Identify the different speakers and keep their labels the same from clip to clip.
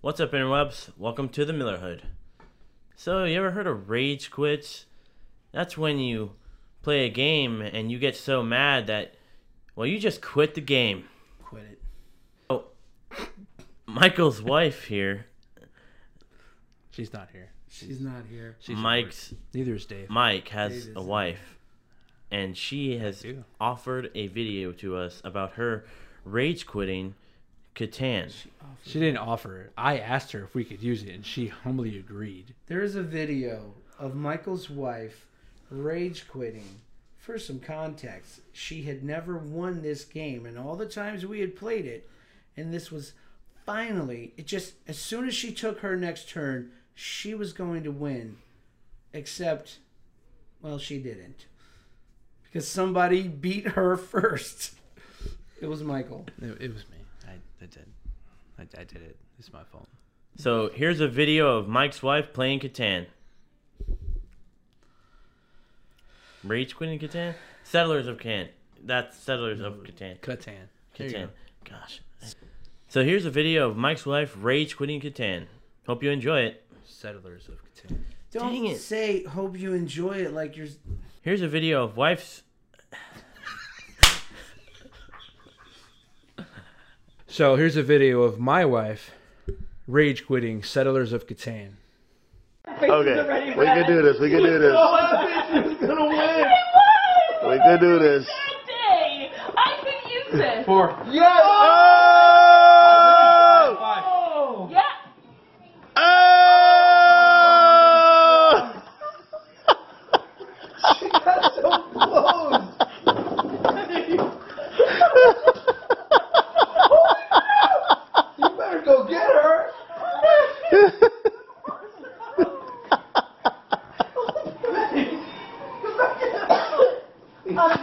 Speaker 1: What's up, interwebs? Welcome to the Millerhood. So, you ever heard of rage quits? That's when you play a game and you get so mad that, well, you just quit the game.
Speaker 2: Quit it.
Speaker 1: Michael's wife here,
Speaker 2: She's not here.
Speaker 3: She's not here.
Speaker 2: She's at
Speaker 1: Mike's
Speaker 2: work. Neither is Dave.
Speaker 1: Mike has
Speaker 3: Dave
Speaker 1: a
Speaker 3: is-
Speaker 1: wife, and she has
Speaker 2: do.
Speaker 1: offered a video to us about her rage quitting Catan.
Speaker 3: Awful.
Speaker 2: She didn't offer it. I asked her if we could use it, and she humbly agreed.
Speaker 3: There is a video of Michael's wife rage quitting. For some context, she had never won this game, and all the times we had played it, and this was finally, it just, as soon as she took her next turn, she was going to win. Except, well, she didn't. Because somebody beat her first. It was Michael.
Speaker 2: It, it was me. I, I did. I, I did it. It's my fault.
Speaker 1: So, here's a video of Mike's wife playing Catan. Rage quitting Catan? Settlers of Can. That's Settlers of Catan.
Speaker 2: Catan. There you
Speaker 1: Catan.
Speaker 2: go.
Speaker 1: Gosh. So, here's a video of Mike's wife rage quitting Catan. Hope you enjoy it.
Speaker 2: Settlers of Catan.
Speaker 3: Don't
Speaker 1: Dang it.
Speaker 3: say, hope you enjoy it like you're.
Speaker 1: Here's a video of wife's.
Speaker 2: So here's a video of my wife rage quitting Settlers of Catan.
Speaker 4: Okay, we can do this. We can do this. We can do this.
Speaker 5: Day. I could use this.
Speaker 4: Oh!
Speaker 5: Yeah.
Speaker 4: Oh!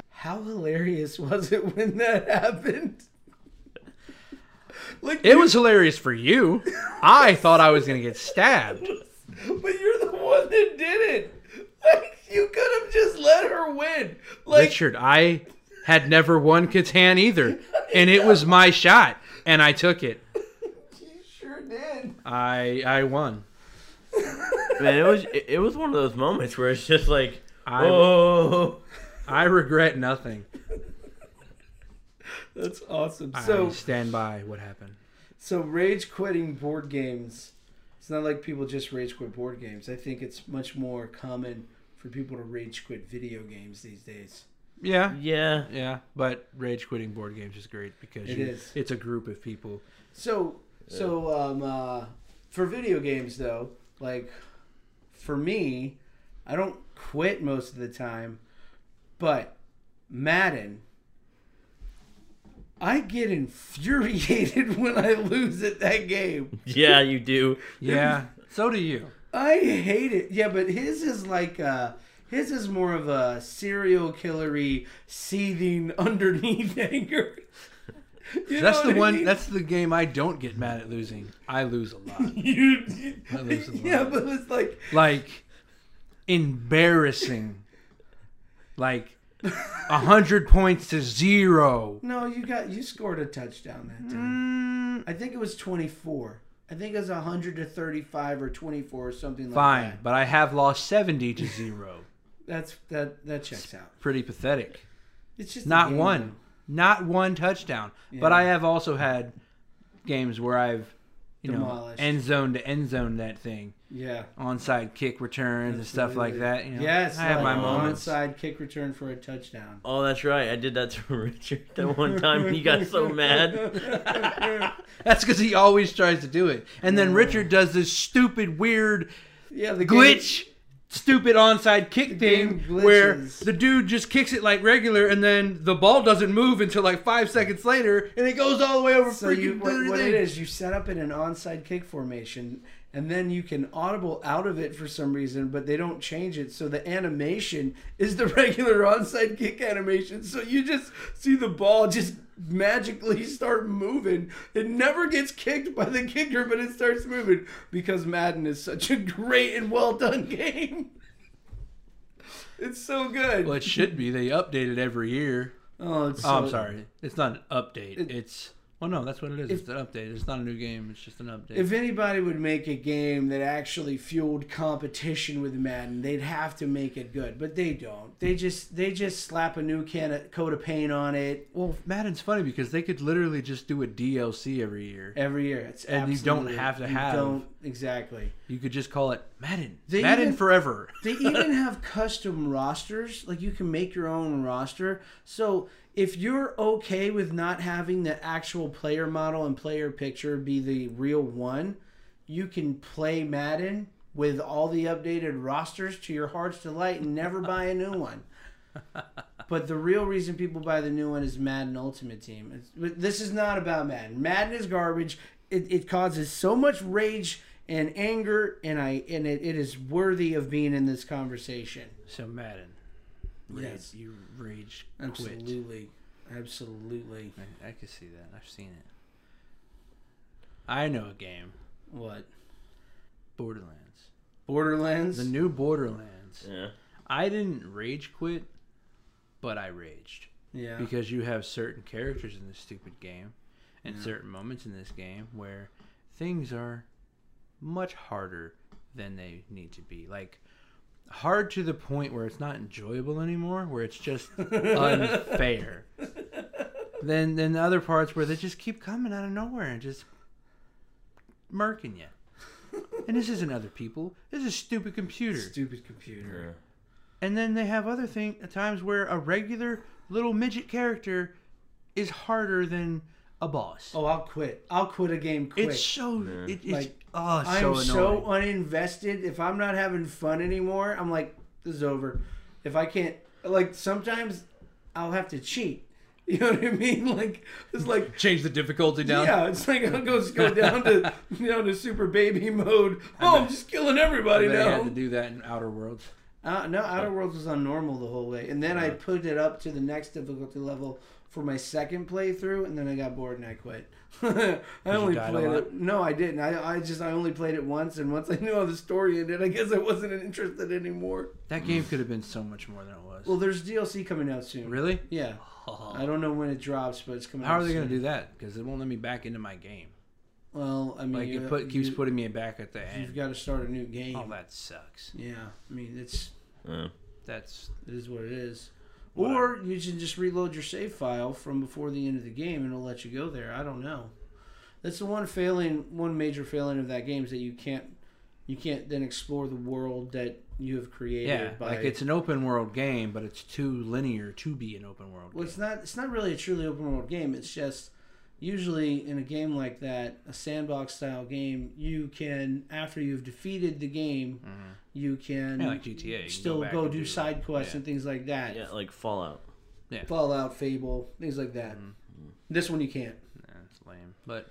Speaker 3: How hilarious was it when that happened? Like
Speaker 2: It was hilarious for you. I thought I was gonna get stabbed.
Speaker 3: but you're the one that did it. Like you could have just let her win. Like
Speaker 2: Richard, I had never won Catan either, and it was my shot, and I took it.
Speaker 3: you sure did.
Speaker 2: I I won.
Speaker 1: Man, it was it, it was one of those moments where it's just like,
Speaker 2: I-
Speaker 1: oh,
Speaker 2: I regret nothing.
Speaker 3: That's awesome.
Speaker 2: I
Speaker 3: So
Speaker 2: stand by what happened.
Speaker 3: so rage quitting board games. It's not like people just rage quit board games. I think it's much more common for people to rage quit video games these days.
Speaker 2: Yeah,
Speaker 1: yeah.
Speaker 2: yeah. But rage quitting board games is great because
Speaker 3: It
Speaker 2: you-
Speaker 3: is.
Speaker 2: It's a group of people.
Speaker 3: So so um uh for video games though, like for me, I don't quit most of the time, but Madden I get infuriated when I lose at that game.
Speaker 1: Yeah, you do.
Speaker 2: Yeah. So do you.
Speaker 3: I hate it. Yeah, but his is like uh his is more of a serial killery seething underneath anger. You
Speaker 2: That's
Speaker 3: know what
Speaker 2: the
Speaker 3: I
Speaker 2: one.
Speaker 3: mean?
Speaker 2: That's the game I don't get mad at losing. I lose a lot.
Speaker 3: you, you-
Speaker 2: That looks a lot.
Speaker 3: yeah, but it's like
Speaker 2: like embarrassing like a hundred points to zero
Speaker 3: No, you got you scored a touchdown that time.
Speaker 2: Mm,
Speaker 3: I think it was twenty four. I think it was hundred to thirty five or twenty four or something like
Speaker 2: fine
Speaker 3: that.
Speaker 2: but i have lost 70 to zero
Speaker 3: That's that that checks out.
Speaker 2: pretty pathetic
Speaker 3: It's just a
Speaker 2: not
Speaker 3: game,
Speaker 2: one not one touchdown but
Speaker 3: Yeah.
Speaker 2: i have also had games where i've you know
Speaker 3: Demolished.
Speaker 2: end zone to end zone that thing
Speaker 3: though. Yeah.
Speaker 2: onside kick returns and stuff like
Speaker 3: Absolutely.
Speaker 2: that you know
Speaker 3: Yes,
Speaker 2: i have
Speaker 3: like
Speaker 2: my
Speaker 3: an
Speaker 2: moments
Speaker 3: Onside kick return for a touchdown.
Speaker 1: Oh, that's right. I did that to Richard that one time. He got so mad.
Speaker 2: that's because he always tries to do it and then richard does this stupid weird
Speaker 3: Yeah, the
Speaker 2: glitch stupid onside kick thing
Speaker 3: game
Speaker 2: where
Speaker 3: glitches.
Speaker 2: the dude just kicks it like regular and then the ball doesn't move until like five seconds later and it goes all the way over
Speaker 3: Game, so
Speaker 2: freaking
Speaker 3: you, what, what
Speaker 2: thing.
Speaker 3: it is, you set up in an onside kick formation, and then you can audible out of it for some reason, but they don't change it. So the animation is the regular onside kick animation. So you just see the ball just magically start moving. It never gets kicked by the kicker, but it starts moving because Madden is such a great and well done game. It's so good.
Speaker 2: Well, it should be. They update it every year.
Speaker 3: Oh, it's
Speaker 2: oh, I'm
Speaker 3: so-
Speaker 2: sorry. It's not an update.
Speaker 3: It-
Speaker 2: it's Well, no, that's what it is.
Speaker 3: If-
Speaker 2: it's an update. It's not a new game. It's just an update.
Speaker 3: If anybody would make a game that actually fueled competition with Madden, they'd have to make it good, but they don't. They just they just slap a new can of coat of paint on it
Speaker 2: well, Madden's funny because they could literally just do a DLC every year.
Speaker 3: every year. It's
Speaker 2: And you don't
Speaker 3: absolutely-
Speaker 2: have to
Speaker 3: you
Speaker 2: have-
Speaker 3: don't exactly.
Speaker 2: You could just call it Madden.
Speaker 3: They
Speaker 2: Madden
Speaker 3: even-
Speaker 2: forever.
Speaker 3: They even have custom rosters. Like you can make your own roster. So if you're okay with not having the actual player model and player picture be the real one, you can play Madden with all the updated rosters to your heart's delight and never buy a new one. But the real reason people buy the new one is Madden Ultimate Team. It's, but this is not about Madden. Madden is garbage. It, it causes so much rage and anger, and I and it, it is worthy of being in this conversation.
Speaker 2: So Madden. Rage,
Speaker 3: Yes.
Speaker 2: You rage quit.
Speaker 3: Absolutely, absolutely.
Speaker 2: I, I could see that. I've seen it. I know a game.
Speaker 3: What
Speaker 2: Borderlands.
Speaker 3: Borderlands?
Speaker 2: The new Borderlands.
Speaker 6: Yeah.
Speaker 2: I didn't rage quit, but I raged.
Speaker 3: yeah,
Speaker 2: because you have certain characters in this stupid game and certain moments in this game where things are much harder than they need to be like hard to the point where it's not enjoyable anymore where it's just unfair then then the other parts where they just keep coming out of nowhere and just murking you and this isn't other people this is stupid computer
Speaker 3: stupid computer.
Speaker 6: Yeah.
Speaker 2: and then they have other thing times where a regular little midget character is harder than a boss.
Speaker 3: Oh, I'll quit. I'll quit a game quick.
Speaker 2: it's so it, it's
Speaker 3: Like,
Speaker 2: oh it's
Speaker 3: I
Speaker 2: so
Speaker 3: am
Speaker 2: annoying.
Speaker 3: so uninvested. If I'm not having fun anymore, I'm like, this is over. If I can't, like, sometimes I'll have to cheat. You know what I mean? Like, it's like,
Speaker 2: Change the difficulty down.
Speaker 3: yeah, it's like I'll go, go down to, you know, to super baby mode. Oh, I'm just killing everybody
Speaker 2: They had
Speaker 3: now.
Speaker 2: to do Oh. that in Outer Worlds.
Speaker 3: Uh, no, Outer Worlds was on normal the whole way, and then I put it up to the next difficulty level for my second playthrough, and then I got bored and I quit. I only
Speaker 2: died a
Speaker 3: played
Speaker 2: lot?
Speaker 3: it. No, I didn't. I, I just I only played it once, and once I knew how the story ended, I guess I wasn't interested anymore.
Speaker 2: That game could have been so much more than it was.
Speaker 3: Well, there's DLC coming out soon.
Speaker 2: really?
Speaker 3: Yeah. I
Speaker 2: How
Speaker 3: don't know when it drops, but it's coming. out
Speaker 2: are they
Speaker 3: soon.
Speaker 2: gonna do that? Because it won't let me back into my game.
Speaker 3: Well, I mean,
Speaker 2: Like
Speaker 3: you,
Speaker 2: it put keeps
Speaker 3: you,
Speaker 2: putting me back at the
Speaker 3: You've
Speaker 2: end.
Speaker 3: got to start a new game.
Speaker 2: Oh, that sucks.
Speaker 3: Yeah, I mean, it's
Speaker 6: Yeah.
Speaker 2: That's
Speaker 3: It is what it is.
Speaker 2: Whatever.
Speaker 3: Or you can just reload your save file from before the end of the game and it'll let you go there. I don't know. That's the one failing one major failing of that game is that you can't you can't then explore the world that you have created
Speaker 2: yeah.
Speaker 3: by
Speaker 2: Like it's an open world game, but it's too linear to be an open world.
Speaker 3: well,
Speaker 2: game.
Speaker 3: it's not it's not really a truly open world game. It's just usually in a game like that, a sandbox style game, you can after you've defeated the game, you can
Speaker 2: Mm-hmm. Yeah, like GTA, you can go
Speaker 3: still
Speaker 2: back
Speaker 3: go,
Speaker 2: and
Speaker 3: do,
Speaker 2: do-
Speaker 3: side quests
Speaker 2: yeah.
Speaker 3: and things like that.
Speaker 6: Yeah, like Fallout.
Speaker 3: Fallout, Fable, things like that.
Speaker 2: Mm-hmm.
Speaker 3: This one you can't.
Speaker 2: Nah, it's lame. But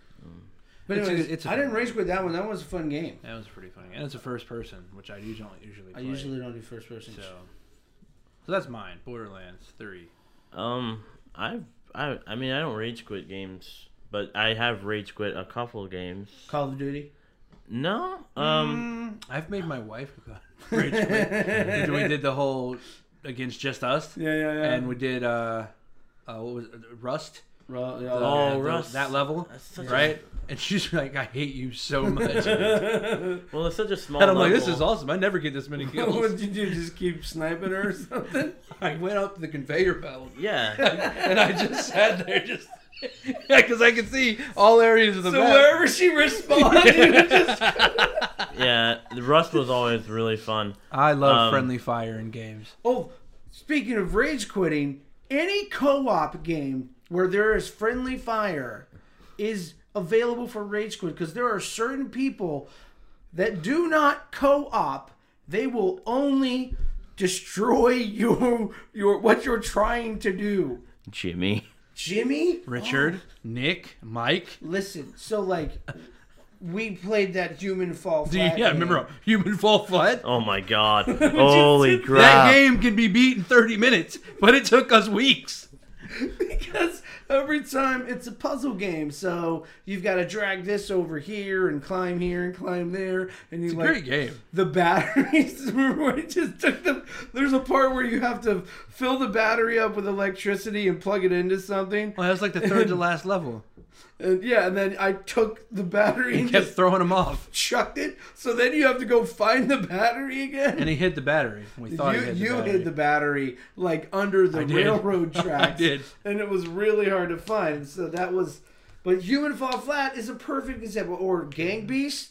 Speaker 3: But
Speaker 2: It's a-
Speaker 3: anyways,
Speaker 2: it's a
Speaker 3: I
Speaker 2: fun
Speaker 3: didn't
Speaker 2: one.
Speaker 3: race with that one. That was a fun game.
Speaker 2: That was pretty funny. And it's a first person, which I usually don't usually
Speaker 3: I
Speaker 2: play.
Speaker 3: usually don't do first person.
Speaker 2: so So that's mine, Borderlands 3.
Speaker 6: Um, I've I I mean I don't rage quit games, but I have rage quit a couple games.
Speaker 3: Call of Duty.
Speaker 6: No, um,
Speaker 2: I've made my wife go rage quit. we did the whole against just us
Speaker 3: yeah,
Speaker 2: and we did uh uh, what was it? Rust?
Speaker 6: Oh,
Speaker 2: Yeah, the-
Speaker 6: Rust.
Speaker 2: That level,
Speaker 6: That's such a-
Speaker 2: right? And she's like, "I hate you so much." and
Speaker 6: well it's such a small.
Speaker 2: Mm. I'm like, "This
Speaker 6: level.
Speaker 2: is awesome. I never get this many
Speaker 3: what
Speaker 2: kills."
Speaker 3: did you do? Just keep sniping her or something?
Speaker 2: I went up the conveyor belt
Speaker 6: Yeah,
Speaker 2: and I just sat there, just yeah, because I could see all areas of the
Speaker 3: so
Speaker 2: map.
Speaker 3: wherever she responded, you just
Speaker 6: yeah. The Rust was always really fun.
Speaker 2: I love
Speaker 6: Um,
Speaker 2: friendly fire in games.
Speaker 3: Oh, speaking of rage quitting, any co-op game where there is friendly fire is available for rage quit because there are certain people that do not co-op. They will only destroy your your what you're trying to do.
Speaker 6: Jimmy.
Speaker 3: Jimmy,
Speaker 2: Richard, Nick, Mike.
Speaker 3: listen. So like, we played that human fall.
Speaker 2: Do you,
Speaker 3: Flat
Speaker 2: yeah,
Speaker 3: game.
Speaker 2: remember Human Fall Flat?
Speaker 6: Oh my God! Holy
Speaker 2: That
Speaker 6: crap!
Speaker 2: game can be beat in 30 minutes, but it took us weeks.
Speaker 3: because every time it's a puzzle game, so you've got to drag this over here and climb here and climb there, and you
Speaker 2: It's a
Speaker 3: like
Speaker 2: great game.
Speaker 3: the batteries. Remember when it just took them? There's a part where you have to fill the battery up with electricity and plug it into something.
Speaker 2: Well, that was like the third to last level.
Speaker 3: And yeah, and then I took the battery
Speaker 2: He
Speaker 3: and
Speaker 2: kept
Speaker 3: just
Speaker 2: throwing them off,
Speaker 3: chucked it. So then you have to go find the battery again.
Speaker 2: and he hid the battery. We thought
Speaker 3: you
Speaker 2: he hid the
Speaker 3: you
Speaker 2: battery.
Speaker 3: hid the battery like under the
Speaker 2: I did.
Speaker 3: railroad
Speaker 2: I
Speaker 3: tracks.
Speaker 2: did.
Speaker 3: and it was really hard to find. So that was, but human fall flat is a perfect example. Or gang beast.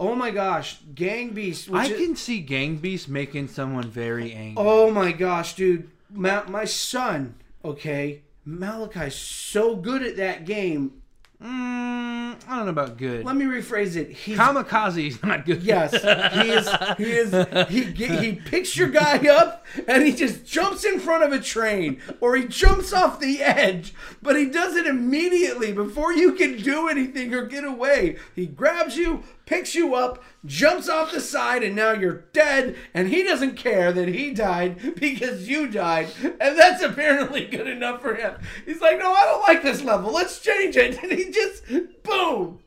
Speaker 3: Oh my gosh, gang beast. Which
Speaker 2: I
Speaker 3: is-
Speaker 2: can see Gang Beast making someone very angry.
Speaker 3: Oh my gosh, dude. My, my son, okay, Malachi's so good at that game.
Speaker 2: Mm, I don't know about good.
Speaker 3: Let me rephrase it. He's
Speaker 2: Kamikaze's not good.
Speaker 3: Yes, he is. He is. He ge- he picks your guy up and he just jumps in front of a train or he jumps off the edge, but he does it immediately before you can do anything or get away. He grabs you, picks you up, jumps off the side, and now you're dead. And he doesn't care that he died because you died, and that's apparently good enough for him. He's like, no, I don't like this level. Let's change it. And he just boom.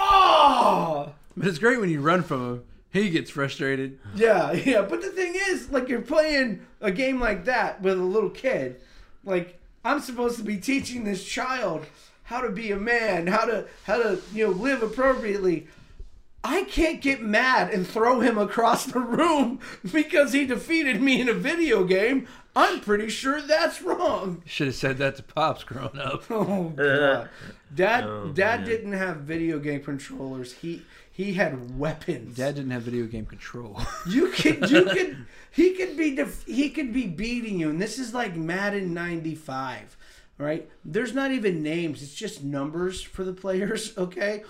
Speaker 3: Oh.
Speaker 2: But it's great when you run from him. He gets frustrated.
Speaker 3: Yeah, yeah. But the thing is, like, you're playing a game like that with a little kid. Like, I'm supposed to be teaching this child how to be a man, how to how to you know live appropriately. I can't get mad and throw him across the room because he defeated me in a video game. I'm pretty sure that's wrong.
Speaker 2: Should have said that to Pops growing up.
Speaker 3: Oh god. Dad
Speaker 6: Oh,
Speaker 3: Dad
Speaker 6: man.
Speaker 3: didn't have video game controllers. He he had weapons.
Speaker 2: Dad didn't have video game control.
Speaker 3: You could, you could, he could be, def- he could be beating you, and this is like Madden '95, right? There's not even names; it's just numbers for the players. Okay,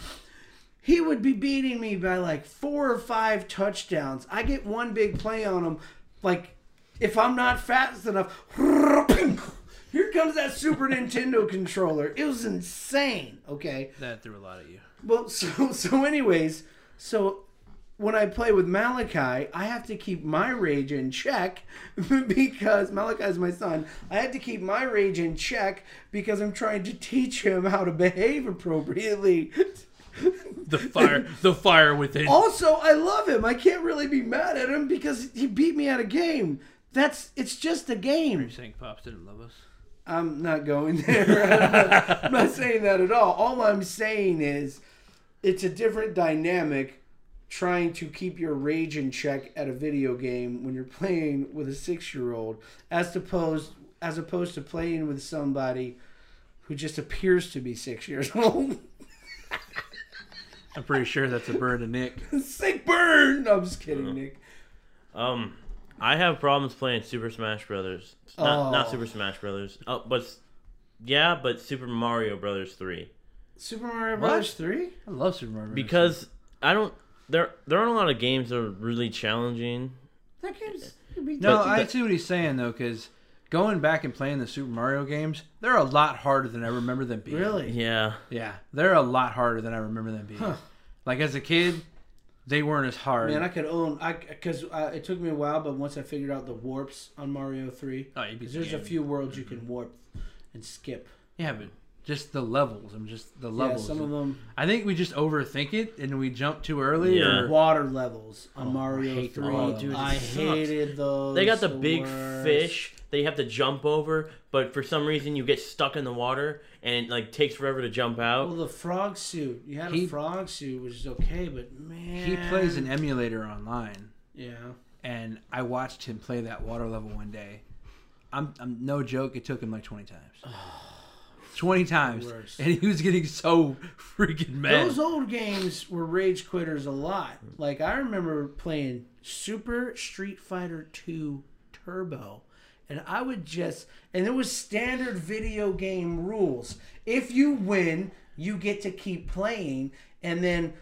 Speaker 3: he would be beating me by like four or five touchdowns. I get one big play on him, like if I'm not fast enough. Here comes that Super Nintendo controller. It was insane. Okay.
Speaker 2: that threw a lot at you.
Speaker 3: Well, so so anyways, so when I play with Malachi, I have to keep my rage in check because Malachi is my son. I had to keep my rage in check because I'm trying to teach him how to behave appropriately.
Speaker 2: The fire, the fire within.
Speaker 3: Also, I love him. I can't really be mad at him because he beat me at a game. That's it's just a game.
Speaker 2: You're saying Pops didn't love us?
Speaker 3: I'm not going there. I'm not, I'm not saying that at all. All I'm saying is it's a different dynamic trying to keep your rage in check at a video game when you're playing with a six year old as opposed as opposed to playing with somebody who just appears to be six years old.
Speaker 2: I'm pretty sure that's a burn to Nick.
Speaker 3: Sick burn! No, I'm just kidding, Nick.
Speaker 6: Um, I have problems playing Super Smash Brothers. Not, not
Speaker 3: Oh.
Speaker 6: Super Smash Brothers. Oh, but s- yeah, but Super Mario Brothers three
Speaker 3: Super Mario Bros. three?
Speaker 2: I love Super Mario. Bros.
Speaker 6: because I don't. There there aren't a lot of games that are really challenging.
Speaker 3: That game's it'd be
Speaker 2: no,
Speaker 6: but-
Speaker 2: I
Speaker 6: but-
Speaker 2: see what he's saying though, because going back and playing the Super Mario games, they're a lot harder than I remember them being.
Speaker 3: really.
Speaker 6: Yeah,
Speaker 2: Yeah, they're a lot harder than I remember them being. Like as a kid, they weren't as hard.
Speaker 3: Man, I could own I because uh, it took me a while, but once I figured out the warps on Mario Three,
Speaker 2: Oh, you beat
Speaker 3: 'cause
Speaker 2: the
Speaker 3: there's a
Speaker 2: game.
Speaker 3: few worlds you
Speaker 6: Mm-hmm.
Speaker 3: can warp and skip.
Speaker 2: yeah, but just the levels. I'm just the levels.
Speaker 3: Yeah, some of them
Speaker 2: I think we just overthink it and we jump too early.
Speaker 6: Yeah.
Speaker 2: Or,
Speaker 3: water levels
Speaker 6: Oh,
Speaker 3: on
Speaker 2: I
Speaker 3: Mario
Speaker 2: hate the
Speaker 3: Three.
Speaker 2: water levels.
Speaker 3: I
Speaker 6: Dude, it sucks.
Speaker 3: hated those.
Speaker 6: they got the big
Speaker 3: worst.
Speaker 6: fish. They have to jump over, but for some reason you get stuck in the water and it like takes forever to jump
Speaker 3: Well,
Speaker 6: out.
Speaker 3: the frog suit. You had
Speaker 2: He-
Speaker 3: a frog suit, which is okay, but man,
Speaker 2: he plays an emulator online,
Speaker 3: yeah.
Speaker 2: and I watched him play that water level one day. I'm, I'm no joke. It took him like 20 times. 20 times,
Speaker 3: worst.
Speaker 2: and he was getting so freaking mad.
Speaker 3: Those old games were rage quitters a lot. Like I remember playing Super Street Fighter 2 Turbo and I would just and there was standard video game rules. If you win, you get to keep playing and then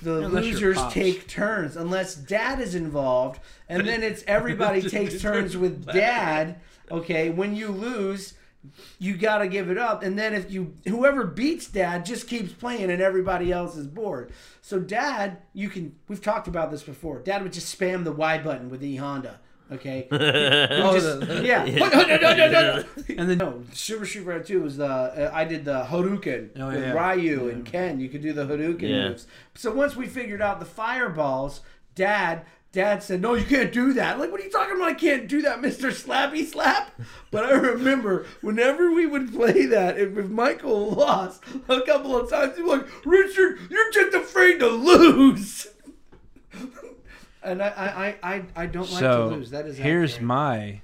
Speaker 3: the
Speaker 2: Unless you're
Speaker 3: losers
Speaker 2: Pops.
Speaker 3: take turns unless dad is involved and then it's everybody
Speaker 2: Just
Speaker 3: takes
Speaker 2: get
Speaker 3: turns
Speaker 2: turned
Speaker 3: with dad okay when you lose you got to give it up and then if you whoever beats dad just keeps playing and everybody else is bored so dad you can we've talked about this before dad would just spam the y button with e honda okay
Speaker 2: Oh,
Speaker 3: Just-
Speaker 2: the- the-
Speaker 3: yeah No, no, no, no, no.
Speaker 2: and then
Speaker 3: No, Super Street Fighter 2 was the uh, I did the Hadouken
Speaker 2: Oh,
Speaker 3: with
Speaker 2: yeah.
Speaker 3: Ryu and Ken. You could do the Hadouken
Speaker 6: Yeah.
Speaker 3: moves. So once we figured out the fireballs, Dad Dad said, "No, you can't do that." Like, what are you talking about? I can't do that, Mister Slappy Slap. But I remember whenever we would play that, if, if Michael lost a couple of times, he'd be like, "Richard, you're just afraid to lose." and I, I, I- I, I don't like
Speaker 2: so
Speaker 3: to lose. That is
Speaker 2: here's
Speaker 3: accurate.
Speaker 2: my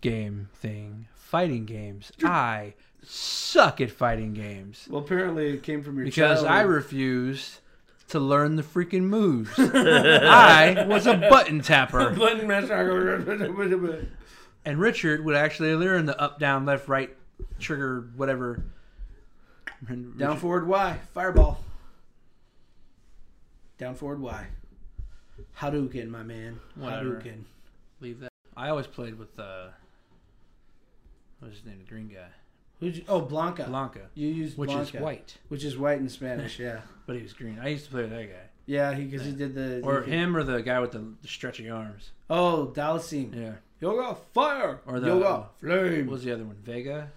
Speaker 2: game thing. Fighting games. I suck at fighting games
Speaker 3: Well, apparently it came from your
Speaker 2: because I
Speaker 3: childhood.
Speaker 2: refused to learn the freaking moves. I was a button tapper.
Speaker 3: Button mash-
Speaker 2: and Richard would actually learn the up, down, left, right, trigger, whatever. And
Speaker 3: Down
Speaker 2: Richard-
Speaker 3: forward Y, fireball. Down forward Y. Hadouken, my man.
Speaker 2: Whatever.
Speaker 3: Hadouken.
Speaker 2: Leave that. I always played with uh, what's his name, the green guy,
Speaker 3: Who'd you, oh, Blanca.
Speaker 2: Blanca,
Speaker 3: You used
Speaker 2: which
Speaker 3: Blanca,
Speaker 2: is white,
Speaker 3: Which is white in Spanish, yeah.
Speaker 2: but he was green. I used to play with that guy,
Speaker 3: Yeah, he because he did the
Speaker 2: or
Speaker 3: the-
Speaker 2: him, or the guy with the, the stretchy arms.
Speaker 3: Oh, Dalsim.
Speaker 2: Yeah.
Speaker 3: Yoga fire
Speaker 2: Or the-
Speaker 3: Yoga flame.
Speaker 2: What was the other one? Vega,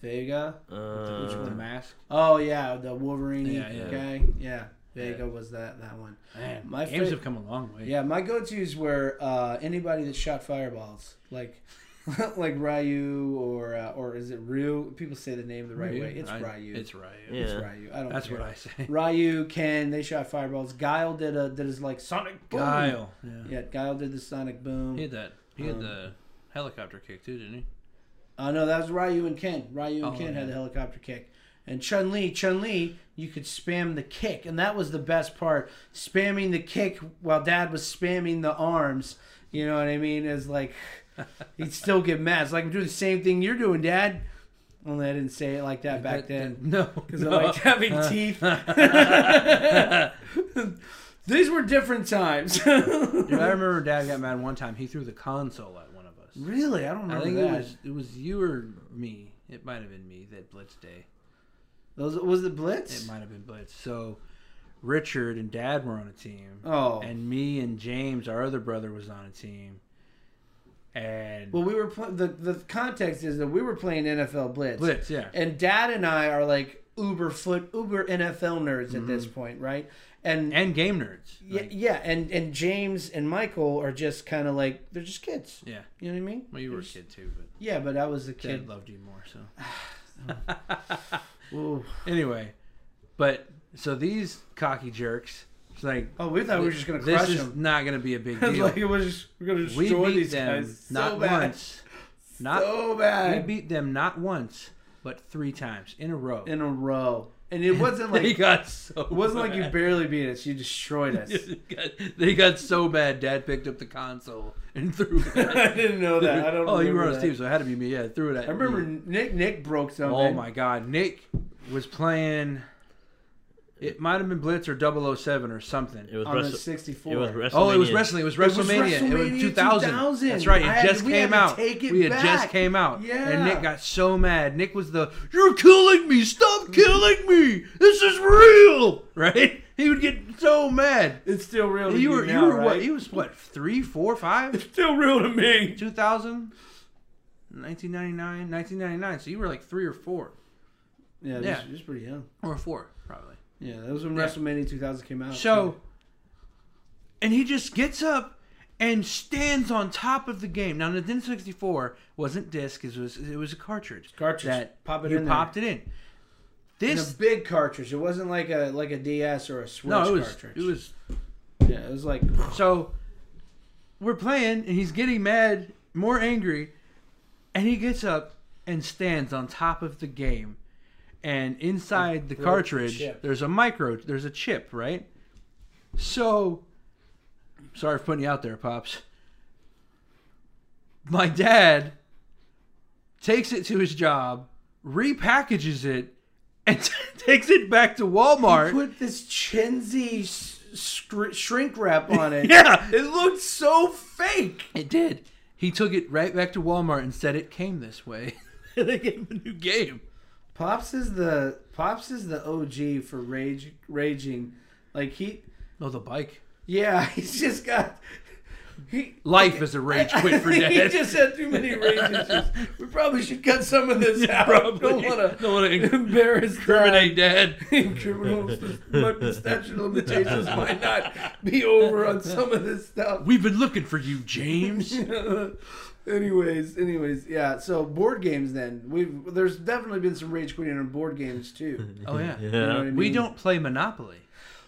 Speaker 3: Vega.
Speaker 2: which with the
Speaker 6: Uh,
Speaker 2: mask.
Speaker 3: Oh yeah, the Wolverine
Speaker 2: Yeah, yeah.
Speaker 3: guy. Yeah, Vega was that that one.
Speaker 2: Man,
Speaker 3: My
Speaker 2: games
Speaker 3: fa-
Speaker 2: have come a long way.
Speaker 3: Yeah, my go-to's were uh, anybody that shot fireballs, like like Ryu or uh, or is it Ryu? People say the name the right
Speaker 2: Ryu.
Speaker 3: way. It's
Speaker 2: I-
Speaker 3: Ryu.
Speaker 2: It's Ryu.
Speaker 3: It's
Speaker 6: yeah.
Speaker 3: Ryu. I don't.
Speaker 2: That's
Speaker 3: care.
Speaker 2: what I say.
Speaker 3: Ryu, Ken, they shot fireballs. Guile did a did his like Sonic boom.
Speaker 2: Guile. Yeah.
Speaker 3: Yeah, Guile did the Sonic boom.
Speaker 2: He had that. He had
Speaker 3: Um,
Speaker 2: the helicopter kick too, didn't he?
Speaker 3: Uh, no, that was Ryu and Ken. Ryu and
Speaker 2: Oh,
Speaker 3: Ken
Speaker 2: yeah.
Speaker 3: had the helicopter kick. And Chun Li, Chun Li, you could spam the kick, and that was the best part. Spamming the kick while Dad was spamming the arms. You know what I mean? Is like he'd still get mad. It's like I'm doing the same thing you're doing, Dad. Only I didn't say it like that back
Speaker 2: That-
Speaker 3: then.
Speaker 2: that- no,
Speaker 3: Because
Speaker 2: no.
Speaker 3: I liked having teeth. These were different times.
Speaker 2: Dude, I remember Dad got mad one time. He threw the console at one of us.
Speaker 3: really? I don't remember
Speaker 2: I think
Speaker 3: that.
Speaker 2: it was it was you or me. It might have been me that Blitz Day.
Speaker 3: Those, was it Blitz?
Speaker 2: It might have been Blitz. So Richard and Dad were on a team,
Speaker 3: oh.
Speaker 2: and me and James, our other brother, was on a team. And
Speaker 3: Well, we were pl- the the context is that we were playing NFL Blitz,
Speaker 2: Blitz, yeah,
Speaker 3: and Dad and I are like uber foot uber NFL nerds at this point, right? And,
Speaker 2: Mm-hmm. and game nerds.
Speaker 3: yeah,
Speaker 2: Like,
Speaker 3: yeah, and and James and Michael are just kind of like they're just kids.
Speaker 2: yeah.
Speaker 3: You know what I mean?
Speaker 2: Well, you were a
Speaker 3: Just-
Speaker 2: kid too, but
Speaker 3: Yeah, but I was a
Speaker 2: Dad
Speaker 3: kid.
Speaker 2: loved you more. So
Speaker 3: Ooh.
Speaker 2: anyway, but so these cocky jerks, it's like.
Speaker 3: Oh, we thought we were just gonna
Speaker 2: this
Speaker 3: crush
Speaker 2: is
Speaker 3: them.
Speaker 2: not gonna be a big deal.
Speaker 3: like it was just, we're gonna
Speaker 2: we
Speaker 3: destroy
Speaker 2: beat
Speaker 3: these
Speaker 2: them
Speaker 3: guys so
Speaker 2: not
Speaker 3: bad.
Speaker 2: once, not
Speaker 3: so
Speaker 2: We
Speaker 3: bad
Speaker 2: beat them not once, but three times in a row.
Speaker 3: in a row, and it wasn't
Speaker 2: they
Speaker 3: like
Speaker 2: got so.
Speaker 3: it wasn't like you
Speaker 2: bad.
Speaker 3: barely beat us; you destroyed us.
Speaker 2: got, they got so bad. Dad picked up the console and threw. it at-
Speaker 3: I didn't know that. I don't.
Speaker 2: Oh, you
Speaker 3: remember
Speaker 2: were on
Speaker 3: that.
Speaker 2: his team, so it had to be me. Yeah, threw it at.
Speaker 3: I remember
Speaker 2: me.
Speaker 3: Nick Nick broke something.
Speaker 2: Oh my God, Nick was playing. It might have been Blitz or 007 or something.
Speaker 6: it was
Speaker 3: on the
Speaker 6: Wrestle-
Speaker 3: sixty four.
Speaker 6: it was WrestleMania.
Speaker 2: Oh, it was wrestling. It was WrestleMania. It was,
Speaker 3: WrestleMania
Speaker 2: 2000.
Speaker 3: 2000.
Speaker 2: That's right. It
Speaker 3: I had-
Speaker 2: just
Speaker 3: we had
Speaker 2: came
Speaker 3: to
Speaker 2: out.
Speaker 3: take it
Speaker 2: we had just
Speaker 3: back.
Speaker 2: came out. And
Speaker 3: Yeah.
Speaker 2: Nick got so mad. Nick was the, you're killing me. Stop killing me. This is real. Right? He would get so mad.
Speaker 3: It's still real. To
Speaker 2: You were,
Speaker 3: now,
Speaker 2: you were
Speaker 3: right?
Speaker 2: what? He was what? Three, four, five?
Speaker 3: still real to me.
Speaker 2: 2000? 1999? 1999. So you were like three or four.
Speaker 3: Yeah,
Speaker 2: Yeah.
Speaker 3: yeah. He was pretty young.
Speaker 2: Or four, probably.
Speaker 3: Yeah, that was when
Speaker 2: Yeah.
Speaker 3: WrestleMania 2000 came out.
Speaker 2: So, and he just gets up and stands on top of the game. Now, Nintendo 64 wasn't disc; it was it was a cartridge.
Speaker 3: Cartridge.
Speaker 2: that
Speaker 3: Pop it
Speaker 2: you
Speaker 3: in there.
Speaker 2: popped it in.
Speaker 3: In a
Speaker 2: This
Speaker 3: big cartridge. It wasn't like a like a DS or a Switch
Speaker 2: no, it was
Speaker 3: cartridge.
Speaker 2: it was
Speaker 3: yeah, it was like
Speaker 2: so. We're playing, and he's getting mad, more angry, and he gets up and stands on top of the game. And inside the
Speaker 3: broke the
Speaker 2: cartridge,
Speaker 3: chip.
Speaker 2: there's a micro, there's a chip, right? So, sorry for putting you out there, pops. My dad takes it to his job, repackages it, and takes it back to Walmart.
Speaker 3: put this Chinzy s- scr- shrink wrap on it.
Speaker 2: yeah,
Speaker 3: it looked so fake.
Speaker 2: It did. He took it right back to Walmart and said it came this way. they gave him a new game.
Speaker 3: Pops is the Pops is the OG for rage raging. Like he
Speaker 2: Oh, the bike.
Speaker 3: Yeah, he's just got He,
Speaker 2: Life is a rage quit for
Speaker 3: he
Speaker 2: dad.
Speaker 3: just had too many rages. We probably should cut some of this out. Don't want to
Speaker 2: want to
Speaker 3: embarrass
Speaker 2: incriminate dad.
Speaker 3: criminals. Might be statute of limitations might not be over on some of this stuff.
Speaker 2: We've been looking for you, James.
Speaker 3: anyways, anyways, yeah. So board games. Then we've there's definitely been some rage quitting on board games too. Uh,
Speaker 2: Oh yeah.
Speaker 3: You know what I mean?
Speaker 2: We don't play Monopoly.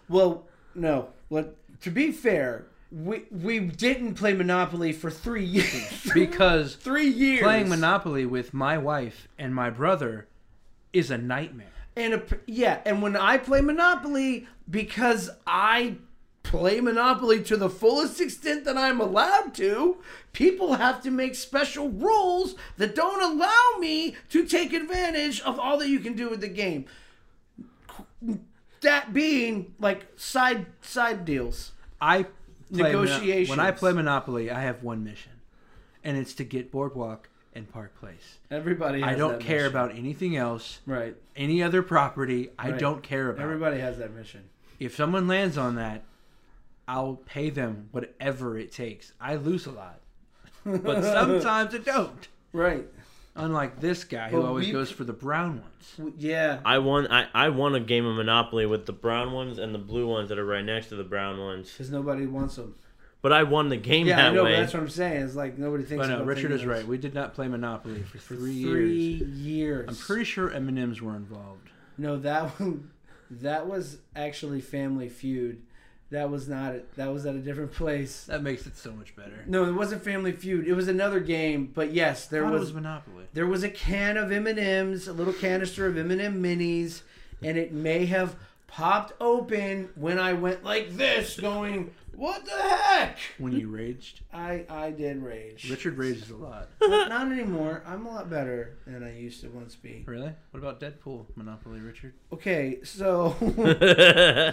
Speaker 3: Well, no. But to be fair, we we didn't play Monopoly for three years.
Speaker 2: Because
Speaker 3: three years
Speaker 2: playing Monopoly with my wife and my brother is a nightmare.
Speaker 3: And a, yeah, and when I play Monopoly, because I play Monopoly to the fullest extent that I'm allowed to, people have to make special rules that don't allow me to take advantage of all that you can do with the game. That being like side side deals.
Speaker 2: I play Mono-
Speaker 3: Negotiations.
Speaker 2: when I play Monopoly, I have one mission, and it's to get Boardwalk and Park Place.
Speaker 3: Everybody. Has
Speaker 2: I don't
Speaker 3: that
Speaker 2: care
Speaker 3: mission.
Speaker 2: about anything else,
Speaker 3: right.
Speaker 2: any other property. I
Speaker 3: Right.
Speaker 2: don't care about.
Speaker 3: Everybody has that mission.
Speaker 2: If someone lands on that, I'll pay them whatever it takes. I lose a lot, but sometimes I don't.
Speaker 3: right.
Speaker 2: Unlike this guy who
Speaker 3: But
Speaker 2: always
Speaker 3: we-
Speaker 2: goes for the brown ones.
Speaker 3: Yeah.
Speaker 6: I won. I, I won a game of Monopoly with the brown ones and the blue ones that are right next to the brown ones.
Speaker 3: Because nobody wants them.
Speaker 6: But I won the game
Speaker 3: Yeah,
Speaker 6: that
Speaker 3: I know.
Speaker 6: way.
Speaker 3: But that's what I'm saying. It's like nobody thinks.
Speaker 2: But Oh, no,
Speaker 3: about
Speaker 2: Richard
Speaker 3: taking
Speaker 2: is
Speaker 3: those.
Speaker 2: right. We did not play Monopoly for three, years.
Speaker 3: Three years.
Speaker 2: I'm pretty sure M&Ms were involved.
Speaker 3: No, that one, that was actually Family Feud. That was not it. That was at a different place.
Speaker 2: That makes it so much better.
Speaker 3: No, it wasn't Family Feud. It was another game. But yes, there
Speaker 2: Thought it
Speaker 3: was,
Speaker 2: was Monopoly.
Speaker 3: there was a can of M and M's, a little canister of M and M minis, and it may have popped open when I went like this, going, "What the heck?"
Speaker 2: When you raged,
Speaker 3: I I did rage.
Speaker 2: Richard rages a lot.
Speaker 3: Not anymore. I'm a lot better than I used to once be.
Speaker 2: Really? What about Deadpool? Monopoly, Richard.
Speaker 3: Okay, so.